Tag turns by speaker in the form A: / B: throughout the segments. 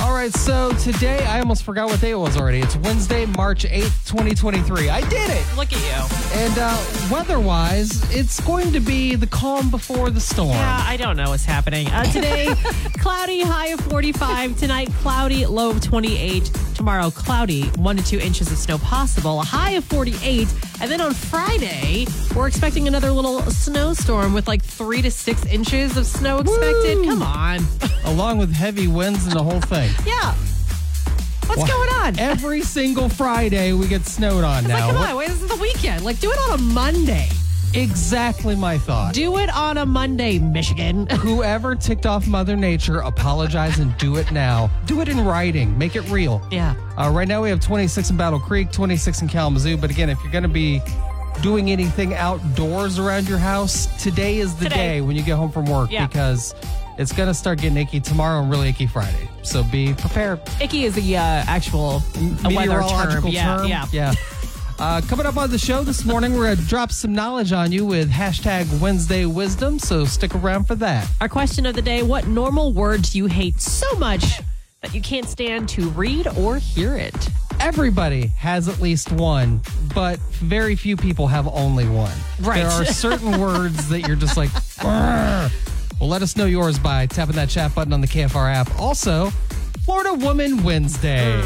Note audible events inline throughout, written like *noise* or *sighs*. A: All right, so today I almost forgot what day it was already. It's Wednesday, March 8th, 2023. I did it.
B: Look at you.
A: And uh, weather-wise, it's going to be the calm before the storm.
B: Yeah, Uh, I don't know what's happening. Uh, *laughs* today, cloudy, high of 45. Tonight, cloudy, low of 28. Tomorrow, cloudy, one to two inches of snow possible, a high of 48. And then on Friday, we're expecting another little snowstorm with like three to six inches of snow expected. Come on.
A: Along with heavy winds and the
B: *laughs*
A: whole thing.
B: Yeah. What's going on?
A: Every single Friday we get snowed on
B: Like,
A: now.
B: come
A: What-
B: on. Wait, this is the weekend. Like, do it on a Monday.
A: Exactly my thought.
B: Do it on a Monday, Michigan.
A: Whoever ticked off Mother Nature, apologize and do it now. Do it in writing. Make it real.
B: Yeah.
A: Uh, right now we have 26 in Battle Creek, 26 in Kalamazoo. But again, if you're going to be doing anything outdoors around your house, today is the
B: Today.
A: day when you get home from work
B: Yeah.
A: because it's going to start getting icky tomorrow and really icky Friday. So be prepared.
B: *laughs* Icky is the uh, actual uh, weather term.
A: Meteorological
B: Yeah, yeah.
A: yeah. Uh, coming up on the show this morning, we're going to drop some knowledge on you with hashtag Wednesday Wisdom. So stick around for that.
B: Our question of the day What normal word do you hate so much that you can't stand to read or hear it?
A: everybody has at least one, but very few people have only one.
B: Right.
A: There are certain words that you're just like, "Brr." well, let us know yours by tapping that chat button on the KFR app. Also, Florida Woman Wednesday.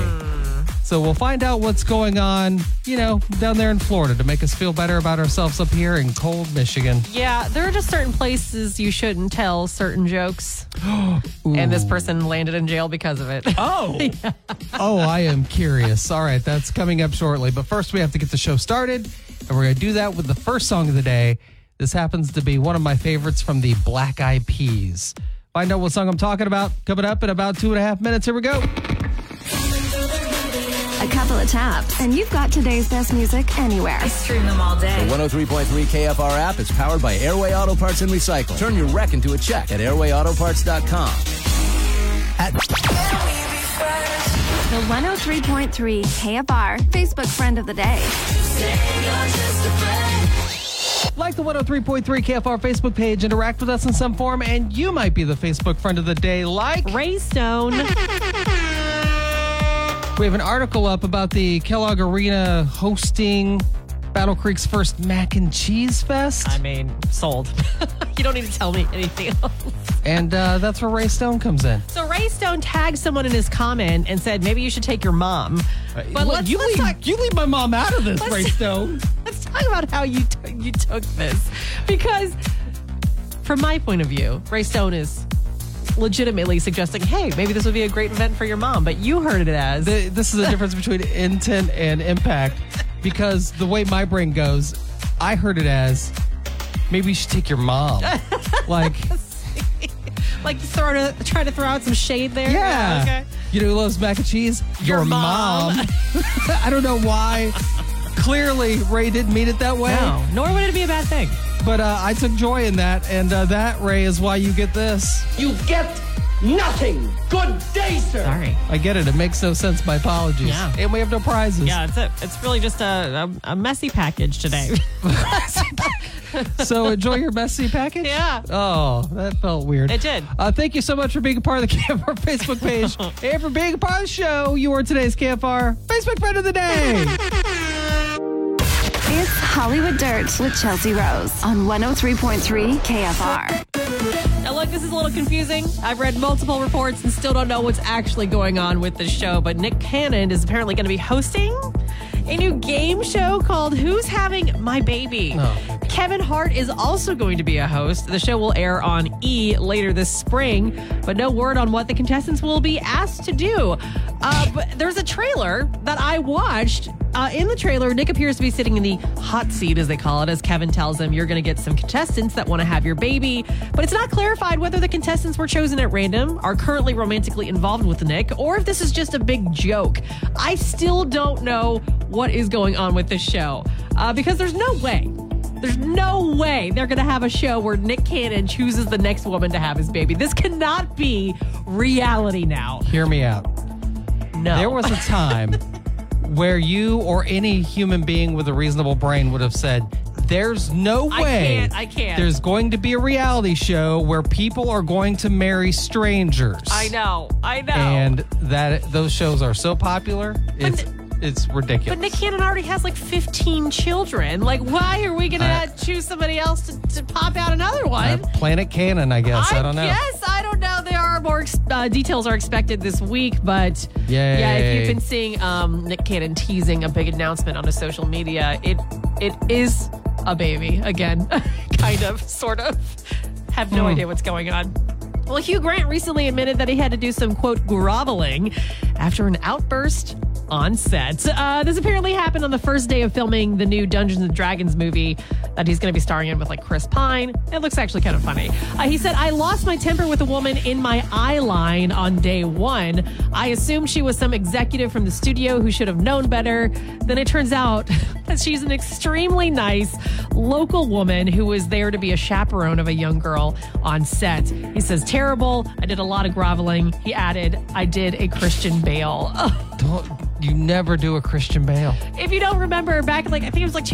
A: So we'll find out what's going on, you know, down there in Florida to make us feel better about ourselves up here in cold Michigan.
B: Yeah, there are just certain places you shouldn't tell certain *gasps* jokes. and this person landed in jail because of it.
A: Oh. oh, I am curious. All right, that's coming up shortly. But first, we have to get the show started. And we're going to do that with the first song of the day. This happens to be one of my favorites from the Black Eyed Peas. Find out what song I'm talking about coming up in about two and a half minutes. Here we go.
C: A couple of taps, and you've got today's best music anywhere.
D: Stream them all
E: The
D: day.
E: 103.3 KFR app is powered by Airway Auto Parts and Recycle. Turn your wreck into a check at airwayautoparts.com. At-
C: The 103.3 KFR Facebook friend of the day.
A: Like the 103.3 KFR Facebook page, interact with us in some form, and you might be the Facebook friend of the day. Like,
B: Ray Stone.
A: we have an article up about the Kellogg Arena hosting Battle Creek's first Mac and Cheese Fest.
B: I mean, sold. *laughs* you don't need to tell me anything else.
A: and uh, that's where Ray Stone comes in.
B: So Ray Stone tagged someone in his comment and said, maybe you should take your mom. But
A: Look,
B: let's,
A: you,
B: let's
A: leave,
B: talk,
A: you leave my mom out of this,
B: Let's- *laughs*
A: Ray Stone.
B: let's talk about how you t- you took this because from my point of view ray stone is legitimately suggesting hey maybe this would be a great event for your mom but you heard it as
A: Th- this is the difference between intent and impact because the way my brain goes, I heard it as maybe you should take
B: *laughs*
A: your mom. like,
B: like you sort of try to throw out some shade there
A: yeah.
B: okay
A: You know who loves mac and cheese?
B: Your mom. *laughs*
A: *laughs* I don't know why. Clearly, Ray didn't mean it that way.
B: no nor would it be a bad thing
A: But uh, I took joy in that, and uh, that, Ray, is why you get this.
F: You get nothing. Good day, sir.
B: sorry
A: I get it. It makes no sense. My apologies.
B: Yeah.
A: And we have no prizes.
B: yeah it's a, it's really just a, a, a messy package today *laughs*
A: So enjoy your messy
B: *laughs*
A: package.
B: Yeah.
A: Oh, that felt weird.
B: It did.
A: Uh, thank you so much for being a part of the *laughs* KFR
B: *laughs*
A: Facebook page and for being a part of the show. You are today's KFR Facebook friend of the day.
C: It's Hollywood Dirt with Chelsea Rose on 103.3 KFR.
B: Now, look, this is a little confusing. I've read multiple reports and still don't know what's actually going on with this show, but Nick Cannon is apparently going to be hosting. a new game show called Who's Having My Baby? Kevin Hart is also going to be a host. The show will air on E later this spring, but no word on what the contestants will be asked to do. Uh, but there's a trailer that I watched. Uh, in the trailer, Nick appears to be sitting in the hot seat, as they call it, as Kevin tells him, You're going to get some contestants that want to have your baby. But it's not clarified whether the contestants were chosen at random, are currently romantically involved with Nick, or if this is just a big joke. I still don't know what is going on with this show uh, because there's no way. There's no way they're going to have a show where Nick Cannon chooses the next woman to have his baby. This cannot be reality now.
A: Hear me out.
B: No.
A: There was a time where you or any human being with a reasonable brain would have said, there's no way.
B: I can't, I can't.
A: There's going to be a reality show where people are going to marry strangers.
B: I know. I know.
A: And that those shows are so popular, it's it's ridiculous.
B: But Nick Cannon already has like 15 children. Like, why are we going to
A: I-
B: not choose somebody else to, to pop out another one?
A: Uh, Planet Cannon, I guess. I, don't know.
B: Yes, I don't know. There are more ex- uh, details are expected this week, but yeah, if
A: Yay.
B: you've been seeing um, Nick Cannon teasing a big announcement on his social media, it it is a baby again, *laughs* kind of, sort of. Have no idea what's going on. Well, Hugh Grant recently admitted that he had to do some quote groveling after an outburst on set. Uh, this apparently happened on the first day of filming the new Dungeons and Dragons movie that he's going to be starring in with like Chris Pine. It looks actually kind of funny. Uh, he said, I lost my temper with a woman in my eye line on day one. I assumed she was some executive from the studio who should have known better. Then it turns out *laughs* that she's an extremely nice local woman who was there to be a chaperone of a young girl on set. He says, Terrible. I did a lot of groveling. He added, I did a Christian Bale. *laughs*
A: Don't, you never do a Christian Bale.
B: if you don't remember back in like I think it was like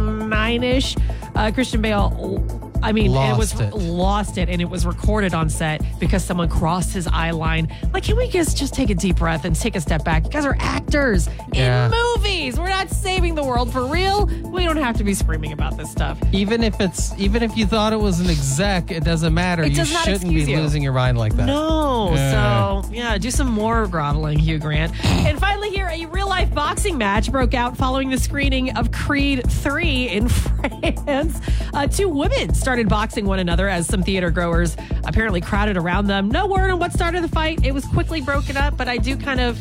B: 2009ish, uh, Christian Bale. I mean, it was
A: Lost it.
B: lost it, and it was recorded on set because someone crossed his eye line. Like, can we just just take a deep breath and take a step back? You guys are actors
A: Yeah.
B: in movies. We're not saving the world for real. We don't have to be screaming about this stuff.
A: Even if it's even if you thought it was an exec, it doesn't matter.
B: It
A: you
B: does not
A: shouldn't be
B: excuse you.
A: losing your mind like that.
B: No.
A: Yeah.
B: Oh, So, yeah, do some more groveling, Hugh Grant. And finally, here, a real life boxing match broke out following the screening of Creed 3 in *laughs* France. Uh, two women started boxing one another as some theater growers apparently crowded around them. No word on what started the fight. It was quickly broken up, but I do kind of.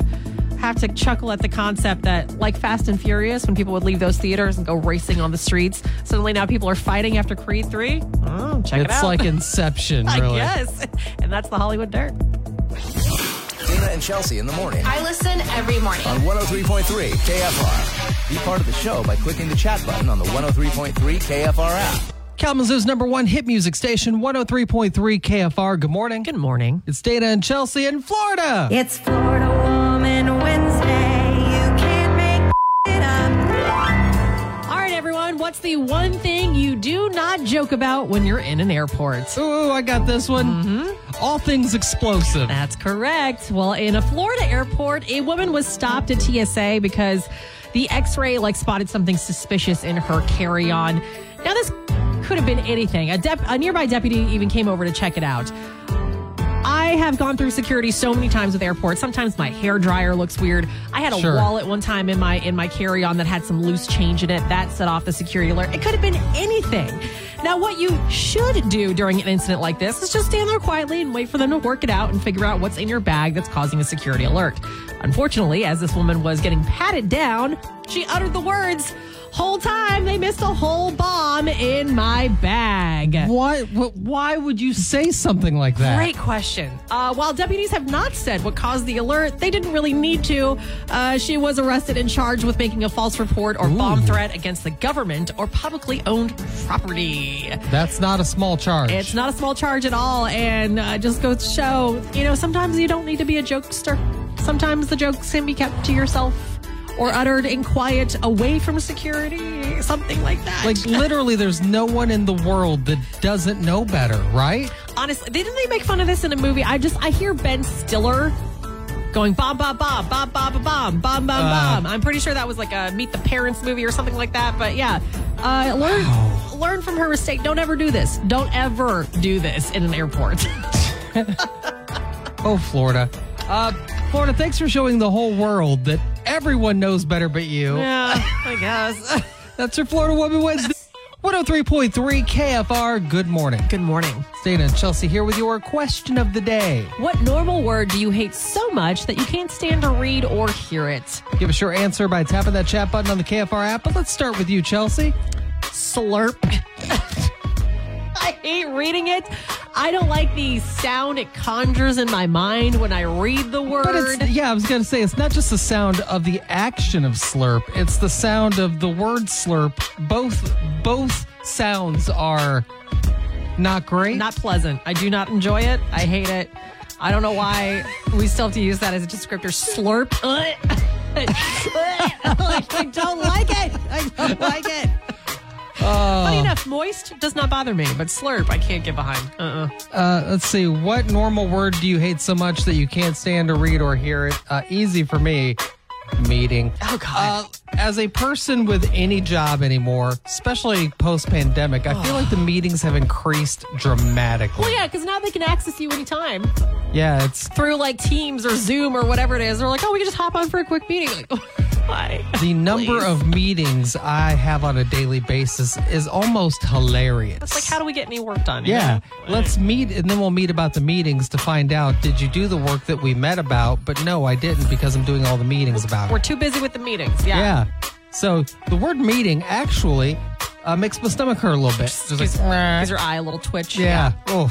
B: Have to chuckle at the concept that, like Fast and Furious, when people would leave those theaters and go racing on the streets, suddenly now people are fighting after Creed 3. Oh, check it out.
A: It's like
B: *laughs*
A: Inception,
B: I
A: really.
B: guess. And that's the Hollywood dirt.
E: Dana and Chelsea in the morning
D: I listen every morning.
E: on 103.3 KFR. Be part of the show by clicking the chat button on the 103.3 KFR app.
A: Kalamazoo's number one hit music station, 103.3 KFR. Good morning.
B: Good morning.
A: It's Dana and Chelsea in Florida.
G: It's Florida Woman Wednesday. You can't make it up.
B: All right, everyone. What's the one thing you do not joke about when you're in an airport?
A: Ooh, I got this one.
B: Mm-hmm.
A: All things explosive.
B: That's correct. Well, in a Florida airport, a woman was stopped at TSA because the x-ray like spotted something suspicious in her carry-on. Now this could have been anything. A, dep- a nearby deputy even came over to check it out. I have gone through security so many times with airports. Sometimes my hair dryer looks weird. I had a
A: Sure.
B: wallet one time in my in my carry-on that had some loose change in it. That set off the security alert. It could have been anything. Now, what you should do during an incident like this is just stand there quietly and wait for them to work it out and figure out what's in your bag that's causing a security alert. Unfortunately, as this woman was getting patted down, she uttered the words, "Whole time they missed a whole bomb in my bag."
A: Why? What, why would you say something like that?
B: Great question. Uh, while deputies have not said what caused the alert, they didn't really need to. Uh, she was arrested and charged with making a false report or bomb threat against the government or publicly owned property.
A: That's not a small charge.
B: It's not a small charge at all, and uh, just goes to show, you know, sometimes you don't need to be a jokester. Sometimes the jokes can be kept to yourself or uttered in quiet away from security, something like that.
A: Like literally, there's no one in the world that doesn't know better, right?
B: honestly, didn't they make fun of this in a movie? I just I hear Ben Stiller going bomb bomb bomb bomb bomb bomb bomb bomb bomb. bomb. I'm pretty sure that was like a Meet the Parents movie or something like that. But yeah, uh, learn learn from her mistake. Don't ever do this. Don't ever do this in an airport. *laughs*
A: Oh, Florida. Uh, Florida, thanks for showing the whole world that everyone knows better but you.
B: Yeah, I guess.
A: That's your Florida
B: *laughs*
A: Woman Wednesday. 103.3 KFR. Good morning.
B: Good morning.
A: Dana and Chelsea here with your question of the day.
B: What normal word do you hate so much that you can't stand to read or hear it?
A: Give us your answer by tapping that chat button on the KFR app. But let's start with you, Chelsea.
B: Slurp. *laughs* I hate reading it. I don't like the sound it conjures in my mind when I read the word.
A: But it's, yeah, I was going to say, it's not just the sound of the action of slurp, it's the sound of the word slurp. Both, both sounds are not great.
B: not pleasant. I do not enjoy it. I hate it. I don't know why we still have to use that as a descriptor. Slurp. *laughs* Ugh. Like, I don't like it. I don't like it.
A: Oh.
B: Funny enough, moist does not bother me, but slurp I can't get behind. Uh-uh.
A: Uh, let's see. What normal word do you hate so much that you can't stand to read or hear it? Uh, easy for me. Meeting.
B: Oh, God.
A: Uh, as a person with any job anymore, especially post pandemic, I feel like the meetings have increased dramatically.
B: Oh. Well, yeah, because now they can access you anytime
A: Yeah, it's
B: through like Teams or Zoom or whatever it is. They're like, oh, we can just hop on for a quick meeting. Like, *laughs* why?
A: the number of meetings I have on a daily basis is almost hilarious.
B: It's like, how do we get any work done? you
A: Yeah.
B: know?
A: Let's meet and then we'll meet about the meetings to find out did you do the work that we met about? But no, I didn't because I'm doing all the meetings about
B: We're
A: it.
B: too busy with the meetings. Yeah.
A: Yeah. So the word meeting actually uh, makes my stomach hurt a little bit. Just like,
B: Gives, gives your eye a little twitch.
A: yeah. Oh.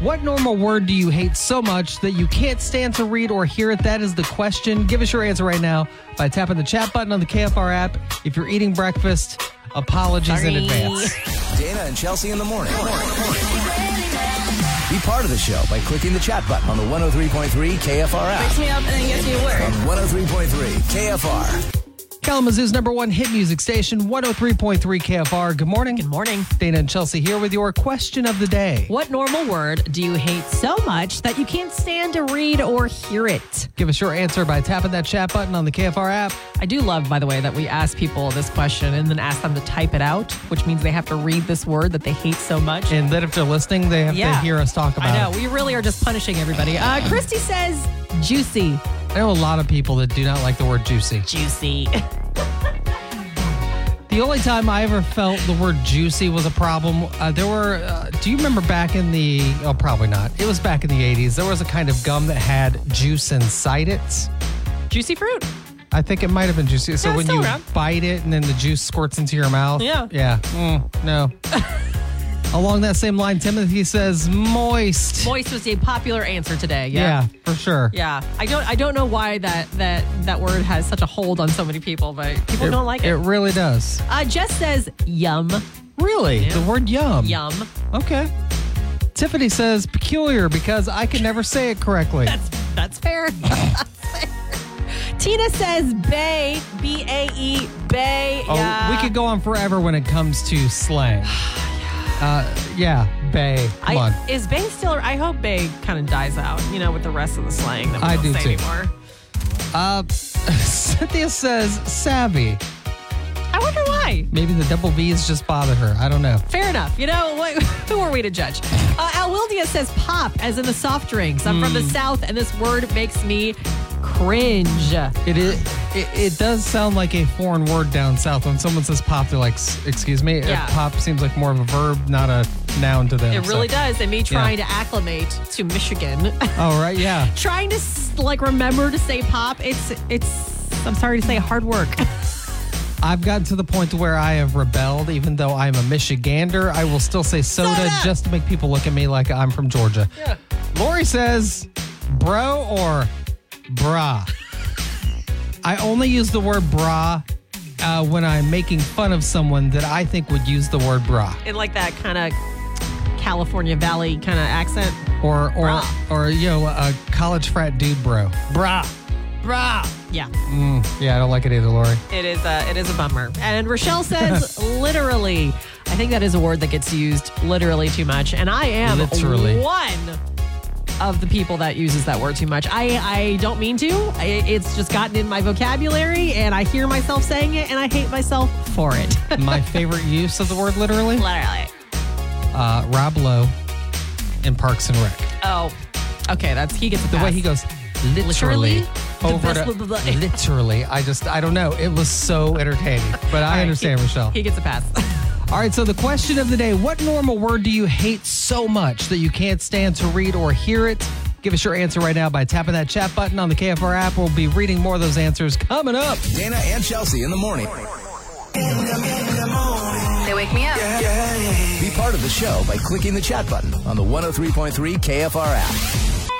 A: What normal word do you hate so much that you can't stand to read or hear it? That is the question. Give us your answer right now by tapping the chat button on the KFR app. If you're eating breakfast, apologies in
B: Sorry.
A: advance.
E: Dana and Chelsea in the morning. Be part of the show by clicking the chat button on the 103.3 KFR app. oh
G: me up and then gets me work.
E: On 103.3 KFR.
A: Kalamazoo's number one hit music station, 103.3 KFR. Good morning.
B: Good morning.
A: Dana and Chelsea here with your question of the day.
B: What normal word do you hate so much that you can't stand to read or hear it?
A: Give us your answer by tapping that chat button on the KFR app.
B: I do love, by the way, that we ask people this question and then ask them to type it out, which means they have to read this word that they hate so much.
A: And then if they're listening, they have to hear us talk about
B: I know.
A: it.
B: We really are just punishing everybody. Uh, Christy says juicy.
A: I know a lot of people that do not like the word juicy.
B: Juicy.
A: The only time I ever felt the word juicy was a problem, uh, there were, uh, do you remember back in the, oh, probably not. It was back in the 80s. There was a kind of gum that had juice inside it.
B: *laughs* juicy fruit.
A: I think it might have been juicy. So
B: Yeah, it's
A: when
B: still
A: you
B: around.
A: bite it and then the juice squirts into your mouth.
B: Yeah.
A: Yeah.
B: *laughs*
A: Mm, no. Along that same line, Timothy says moist.
B: Moist was a popular answer today.
A: Yeah,
B: Yeah.
A: for sure.
B: Yeah. I don't I don't know why that that that word has such a hold on so many people, but people don't like it.
A: It really does.
B: uh, Jess says yum.
A: Really? The word yum.
B: Yum.
A: Okay. Tiffany says peculiar because I can never say it correctly.
B: That's fair. *laughs* Tina says bay, B A E, bay.
A: Oh,
B: yeah.
A: we could go on forever when it comes
B: *sighs*
A: to slang. Uh, yeah, bay. Come on.
B: I, is bay still? I hope bay kind of dies out. You know, with the rest of the slang that we
A: I
B: don't
A: do
B: say
A: too.
B: anymore.
A: Uh, *laughs* Cynthia says savvy.
B: I wonder why.
A: Maybe the double V's just bother her. I don't know.
B: Fair enough. You know, what, *laughs* who are we to judge? Uh, Alwildia says pop, as in the soft drinks. I'm from the South, and this word makes me cringe.
A: It is. It, it does sound like a foreign word down south. When someone says pop, they're like, "S- "Excuse me." Uh,
B: Yeah.
A: Pop seems like more of a verb, not a noun to them.
B: It really
A: so.
B: does. And me trying to acclimate to Michigan, *laughs*
A: All right. Yeah.
B: trying to s- like remember to say pop. It's it's. I'm sorry to say, hard work. *laughs*
A: I've gotten to the point to where I have rebelled, even though I'm a Michigander. I will still say soda, just to make people look at me like I'm from Georgia. Yeah. Lori says, "Bro" or "Brah." I only use the word "bra" uh, when I'm making fun of someone that I think would use the word "bra."
B: in like that kind of California Valley kind of accent.
A: or or
B: Brah.
A: or you know a college frat dude bro brah brah
B: Yeah,
A: yeah i don't like it either lori
B: it is a it is a bummer. And Rochelle
A: *laughs*
B: says literally. I think that is a word that gets used literally too much, and I am
A: Literally.
B: one of the people that uses that word too much. I I don't mean to. I, it's just gotten in my vocabulary, and I hear myself saying it, and I hate myself for it. *laughs*
A: my favorite use of the word literally
B: literally.
A: uh rob lowe in parks and rec
B: Oh, okay. That's he gets a
A: the way
B: pass.
A: he goes literally,
B: Literally?
A: over
B: best
A: to
B: blah, blah, *laughs* blah.
A: literally. I just, I don't know. It was so entertaining. But I
B: *laughs*
A: understand,
B: he,
A: Michelle.
B: He gets a pass.
A: All right, so the question of the day What normal word do you hate so much that you can't stand to read or hear it? Give us your answer right now by tapping that chat button on the KFR app. We'll be reading more of those answers coming up.
E: Dana and Chelsea in the morning.
G: They wake me up.
E: Be part of the show by clicking the chat button on the 103.3 KFR app.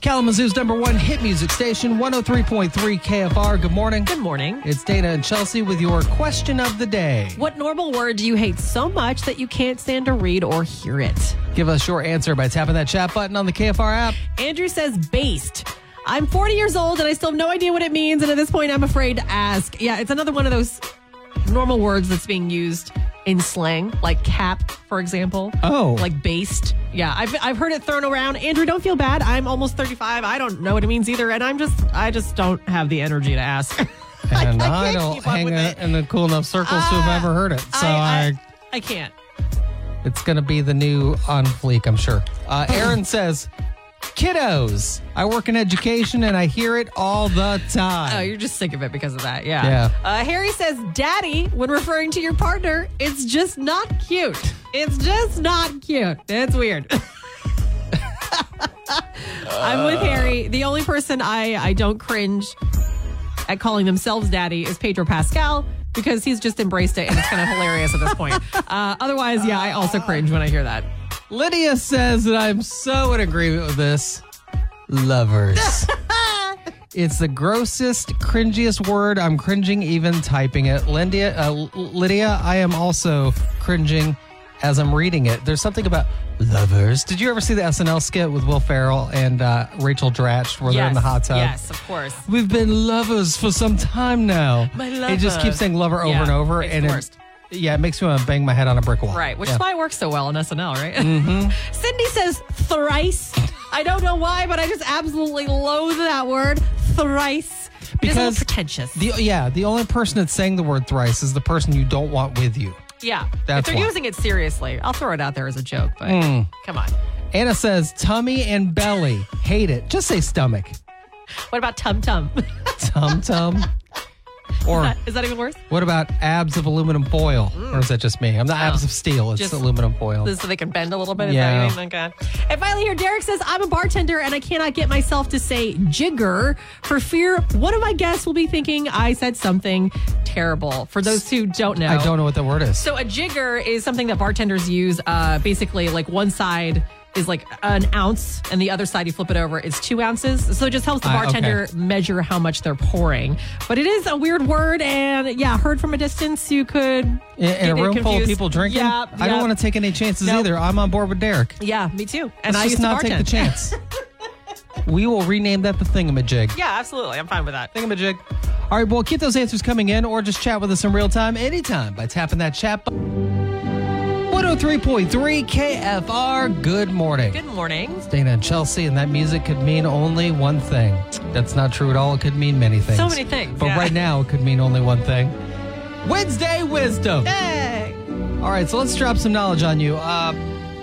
A: Kalamazoo's number one hit music station, 103.3 KFR. Good morning.
B: Good morning.
A: It's Dana and Chelsea with your question of the day.
B: What normal word do you hate so much that you can't stand to read or hear it?
A: Give us your answer by tapping that chat button on the KFR app.
B: Andrew says based. I'm 40 years old and I still have no idea what it means. And at this point, I'm afraid to ask. Yeah, it's another one of those normal words that's being used in slang, like cap, for example.
A: Oh.
B: Like based. Yeah, I've, I've heard it thrown around. Andrew, don't feel bad. I'm almost 35. I don't know what it means either. And I'm just, I just don't have the energy to ask. *laughs* I,
A: And
B: I
A: I,
B: can't
A: don't
B: keep up
A: hang
B: with
A: in-
B: it. Uh,
A: in the cool enough circles to have ever heard it. So I,
B: I, I can't.
A: it's going to be the new on fleek, I'm sure.
B: *laughs*
A: Uh, Aaron says, kiddos. I work in education and I hear it all the time.
B: Oh, you're just sick of it because of that. Yeah.
A: Yeah.
B: Uh, Harry says, Daddy, when referring to your partner, it's just not cute. It's just not cute. It's weird. *laughs* I'm with Harry. The only person I, I don't cringe at calling themselves daddy is Pedro Pascal because he's just embraced it and it's kind of hilarious at this
A: *laughs*
B: point. Uh, otherwise, yeah, I also cringe when I hear that.
A: Lydia says that I'm so in agreement with this.
B: *laughs*
A: Lovers. it's the grossest, cringiest word. I'm cringing even typing it. Lydia, uh, L- Lydia, I am also cringing as I'm reading it. There's something about lovers. Did you ever see the SNL skit with Will Ferrell and uh, Rachel Dratch where they're in the hot tub?
B: Yes, of course.
A: We've been lovers for some time now.
B: My
A: It just
B: lover.
A: keeps saying lover over
B: Yeah,
A: and over,
B: it's
A: and
B: the
A: it-
B: worst.
A: yeah, it makes me want to bang my head on a brick wall.
B: Right, which
A: Yeah. Mm-hmm.
B: is why it works so well on SNL, right? *laughs* Cindy says thrice. I don't know why, but I just absolutely loathe that word thrice. It is a little
A: Because
B: pretentious.
A: The, yeah, the only person that's saying the word thrice is the person you don't want with you.
B: yeah,
A: That's
B: if they're
A: why. Hmm.
B: using it seriously, I'll throw it out there as a joke. But come on,
A: Anna says tummy and belly. Hate it. Just say stomach.
B: what about tum tum? *laughs*
A: Tum tum. Or
B: is that even worse?
A: what about abs of aluminum foil? Or is that just me? I'm not abs of steel. It's
B: Just-
A: aluminum foil.
B: This- so they can bend a little bit. is
A: Yeah.
B: that what you mean? Okay. And finally, here Derek says, "I'm a bartender and I cannot get myself to say jigger for fear one of my guests will be thinking I said something terrible." For those who don't know,
A: I don't know what that word is.
B: So a jigger is something that bartenders use. Uh, basically, like one side is like an ounce, and the other side you flip it over is two ounces. So it just helps the
A: Ah, okay.
B: bartender measure how much they're pouring. But it is a weird word, and yeah, heard from a distance, you could
A: in, in a
B: get it
A: room full of
B: confused.
A: people drinking,
B: Yeah,
A: I don't
B: yeah.
A: want to take any chances
B: Nope.
A: either. I'm on board with Derek.
B: Yeah, me too. And
A: Let's
B: I
A: just
B: used to
A: not take the
B: bartend. *laughs*
A: chance. we will rename that the thingamajig.
B: Yeah, absolutely. I'm fine with that.
A: Thingamajig. All right, well, keep those answers coming in or just chat with us in real time anytime by tapping that chat oh button. 103.3 KFR. Good morning.
B: Good morning.
A: Dana and Chelsea, and that music could mean only one thing. That's not true at all. It could mean many things.
B: So many things,
A: But
B: yeah.
A: right now, it could mean only one thing Wednesday Wisdom.
B: Hey.
A: All right, so let's drop some knowledge on you. Uh,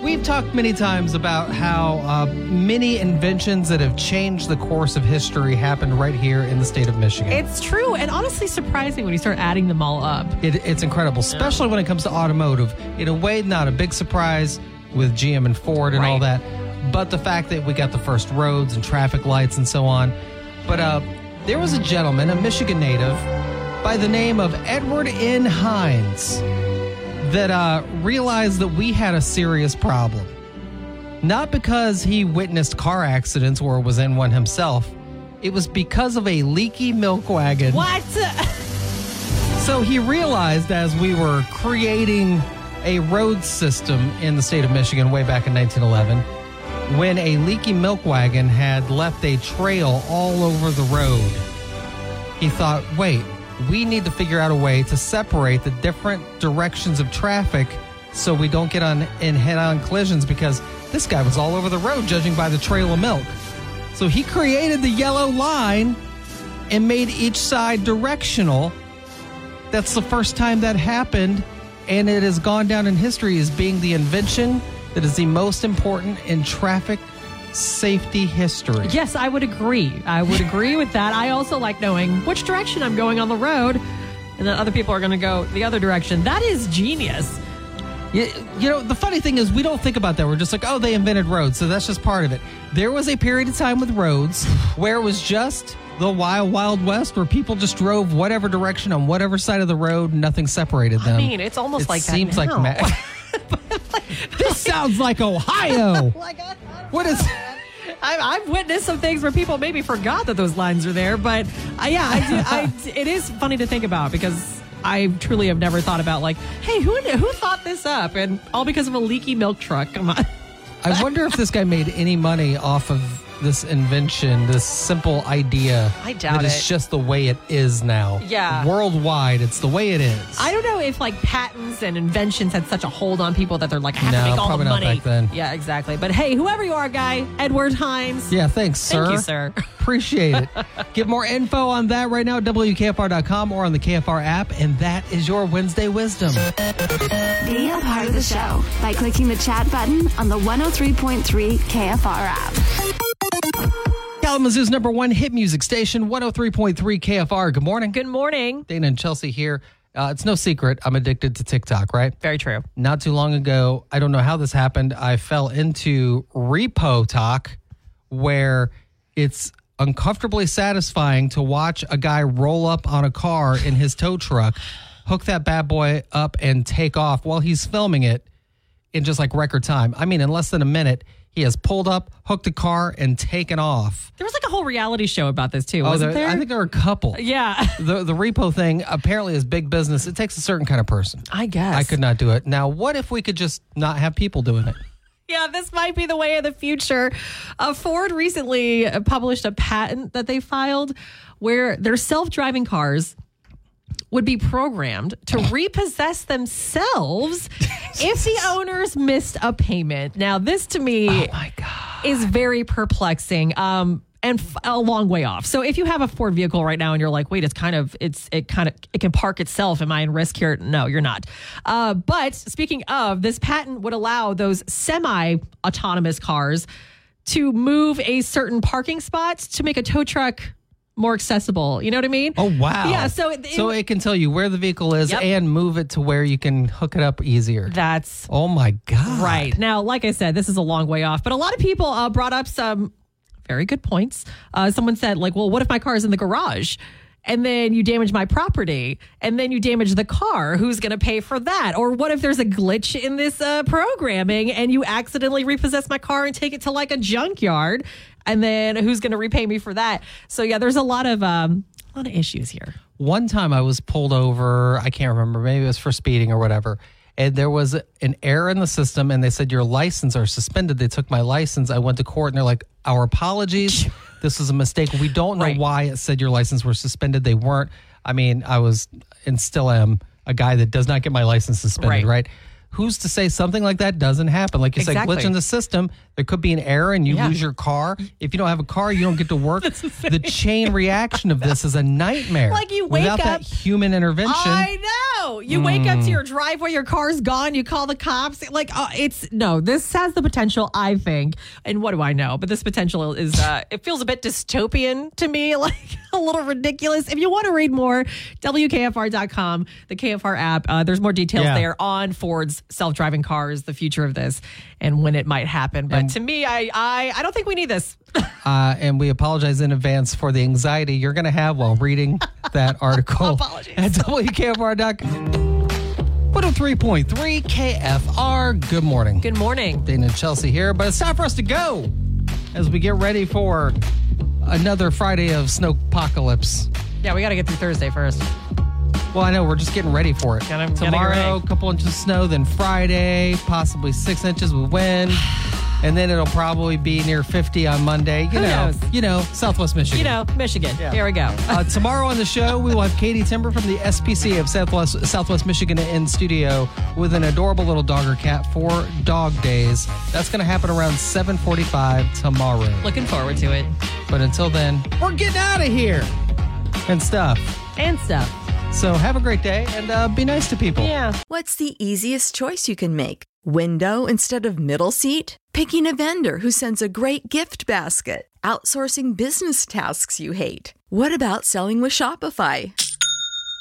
A: we've talked many times about how uh, many inventions that have changed the course of history happened right here in the state of Michigan.
B: It's true and honestly surprising when you start adding them all up.
A: It, it's incredible, especially when it comes to automotive. In a way, not a big surprise with GM and Ford and all that, but the fact that we got the first roads and traffic lights and so on. But uh, there was a gentleman, a Michigan native, by the name of Edward N. Hines, that uh, realized that we had a serious problem. Not because he witnessed car accidents or was in one himself. It was because of a leaky milk wagon.
B: What?
A: So he realized as we were creating a road system in the state of Michigan way back in 1911, when a leaky milk wagon had left a trail all over the road, he thought, wait, we need to figure out a way to separate the different directions of traffic so we don't get on in head on collisions because this guy was all over the road judging by the trail of milk. So he created the yellow line and made each side directional that's the first time that happened, and it has gone down in history as being the invention that is the most important in traffic safety history.
B: Yes, I would agree. I would agree with that. I also like knowing which direction I'm going on the road, and then other people are going to go the other direction. That is genius.
A: You, you know, the funny thing is, we don't think about that. We're just like, oh, they invented roads, so that's just part of it. There was a period of time with roads where it was just the wild, wild west, where people just drove whatever direction on whatever side of the road, nothing separated them.
B: I mean, it's almost
A: it
B: like that
A: seems
B: now. *laughs*
A: like ma- this sounds like Ohio.
B: Like, I- I don't
A: What is?
B: I, I've witnessed some things where people maybe forgot that those lines are there, but uh, yeah, I
A: *laughs*
B: do, I, it is funny to think about because I truly have never thought about like, hey, who who thought this up? And all because of a leaky milk truck. Come on.
A: I wonder if this guy made any money off of this invention, this simple idea.
B: I doubt
A: that
B: it.
A: It's just the way it is now.
B: Yeah.
A: Worldwide, it's the way it is.
B: I don't know if like patents and inventions had such a hold on people that they're like, I have to
A: No,
B: make all the
A: probably not
B: money.
A: back then.
B: Yeah, exactly. But hey, whoever you are, guy, Edward Hines.
A: Yeah, thanks, sir.
B: Thank you, sir. *laughs*
A: Appreciate it. Get more info on that right now at WKFR.com or on the KFR app. And that is your Wednesday Wisdom.
C: Be a part of the show by clicking the chat button on the 103.3 KFR app.
A: Kalamazoo's number one hit music station, 103.3 KFR. Good morning.
B: Good morning.
A: Dana and Chelsea here. Uh, it's no secret I'm addicted to TikTok, right?
B: Very true.
A: Not too long ago, I don't know how this happened. I fell into repo talk where it's uncomfortably satisfying to watch a guy roll up on a car in his tow truck, hook that bad boy up and take off while he's filming it in just like record time. I mean, in less than a minute, he has pulled up, hooked a car and taken off.
B: There was like a whole reality show about this too,
A: Oh,
B: wasn't
A: there-
B: there?
A: I think there are a couple.
B: yeah.
A: The, the repo thing apparently is big business. It takes a certain kind of person.
B: I guess.
A: I could not do it. Now, what if we could just not have people doing it?
B: *laughs* Yeah, this might be the way of the future. Uh, Ford recently uh, published a patent that they filed where their self driving cars would be programmed to repossess themselves if the owners missed a payment. Now, this to me is very perplexing. Um, and f- a long way off. So if you have a Ford vehicle right now and you're like, wait, it's kind of, it's, it kind of, it can park itself. Am I in risk here? No, you're not. Uh, but speaking of, this patent would allow those semi autonomous cars to move a certain parking spot to make a tow truck more accessible. You know what I mean?
A: Oh wow!
B: Yeah. So, it,
A: so it can tell you where the vehicle is
B: Yep.
A: and move it to where you can hook it up easier.
B: that's
A: oh my god!
B: Right. Now, like I said, this is a long way off, but a lot of people uh, brought up some very good points. Uh, someone said, like, well, what if my car is in the garage? And then you damage my property, and then you damage the car. Who's going to pay for that? Or what if there's a glitch in this uh, programming and you accidentally repossess my car and take it to like a junkyard? And then who's going to repay me for that? So yeah, there's a lot of um, a lot of issues here.
A: One time I was pulled over. I can't remember. Maybe it was for speeding or whatever. And there was an error in the system, and they said your license are suspended. They took my license. I went to court, and they're like, "Our
B: *laughs*
A: apologies. this was a mistake. We don't know
B: Right.
A: why it said your license were suspended. They weren't. I mean, I was and still am a guy that does not get my license
B: Right.
A: suspended. Right? Who's to say something like that doesn't happen? Like you say,
B: Exactly.
A: glitch in the system. There could be an error, and you
B: Yeah.
A: lose your car. If you don't have a car, you don't get
B: *laughs*
A: to work. the chain reaction of this is a nightmare
B: Like, you wake
A: without
B: up-
A: that human intervention.
B: I know. You wake up to your driveway, your car's gone, you call the cops. Like uh, it's no, this has the potential, I think. And what do I know? But this potential is uh it feels a bit dystopian to me, *laughs* like a little ridiculous. If you want to read more, wkfr.com, the KFR app. Uh, there's more details
A: Yeah.
B: there on Ford's self-driving cars, the future of this and when it might happen. But to me, I I I don't think we need this. *laughs*
A: Uh, and we apologize in advance for the anxiety you're going to have while
B: *laughs*
A: reading that article
B: Apologies.
A: at WKFR.com. 103.3 KFR. Good morning.
B: Good morning.
A: Dana and Chelsea here, but it's time for us to go as we get ready for another Friday of snowpocalypse.
B: Yeah, we got to get through Thursday first.
A: Well, I know we're just getting ready for it.
B: Gotta- gotta get
A: Tomorrow,
B: ready.
A: a couple inches of snow, then Friday, possibly six inches with
B: *sighs*
A: wind, and then it'll probably be near fifty on Monday. You
B: Who
A: know,
B: knows?
A: you know, Southwest Michigan.
B: You know, Michigan. Here we go.
A: Uh, tomorrow on the show, we will have Katie Timber from the SPCA of Southwest, Southwest Michigan in studio with an adorable little dog or cat for Dog Days. That's going to happen around 7:45 tomorrow.
B: Looking forward to it.
A: But until then, we're getting out of here and stuff.
B: and stuff.
A: So have a great day and uh, be nice to people.
B: Yeah.
D: What's the easiest choice you can make? Window instead of middle seat? picking a vendor who sends a great gift basket, outsourcing business tasks you hate. What about selling with Shopify?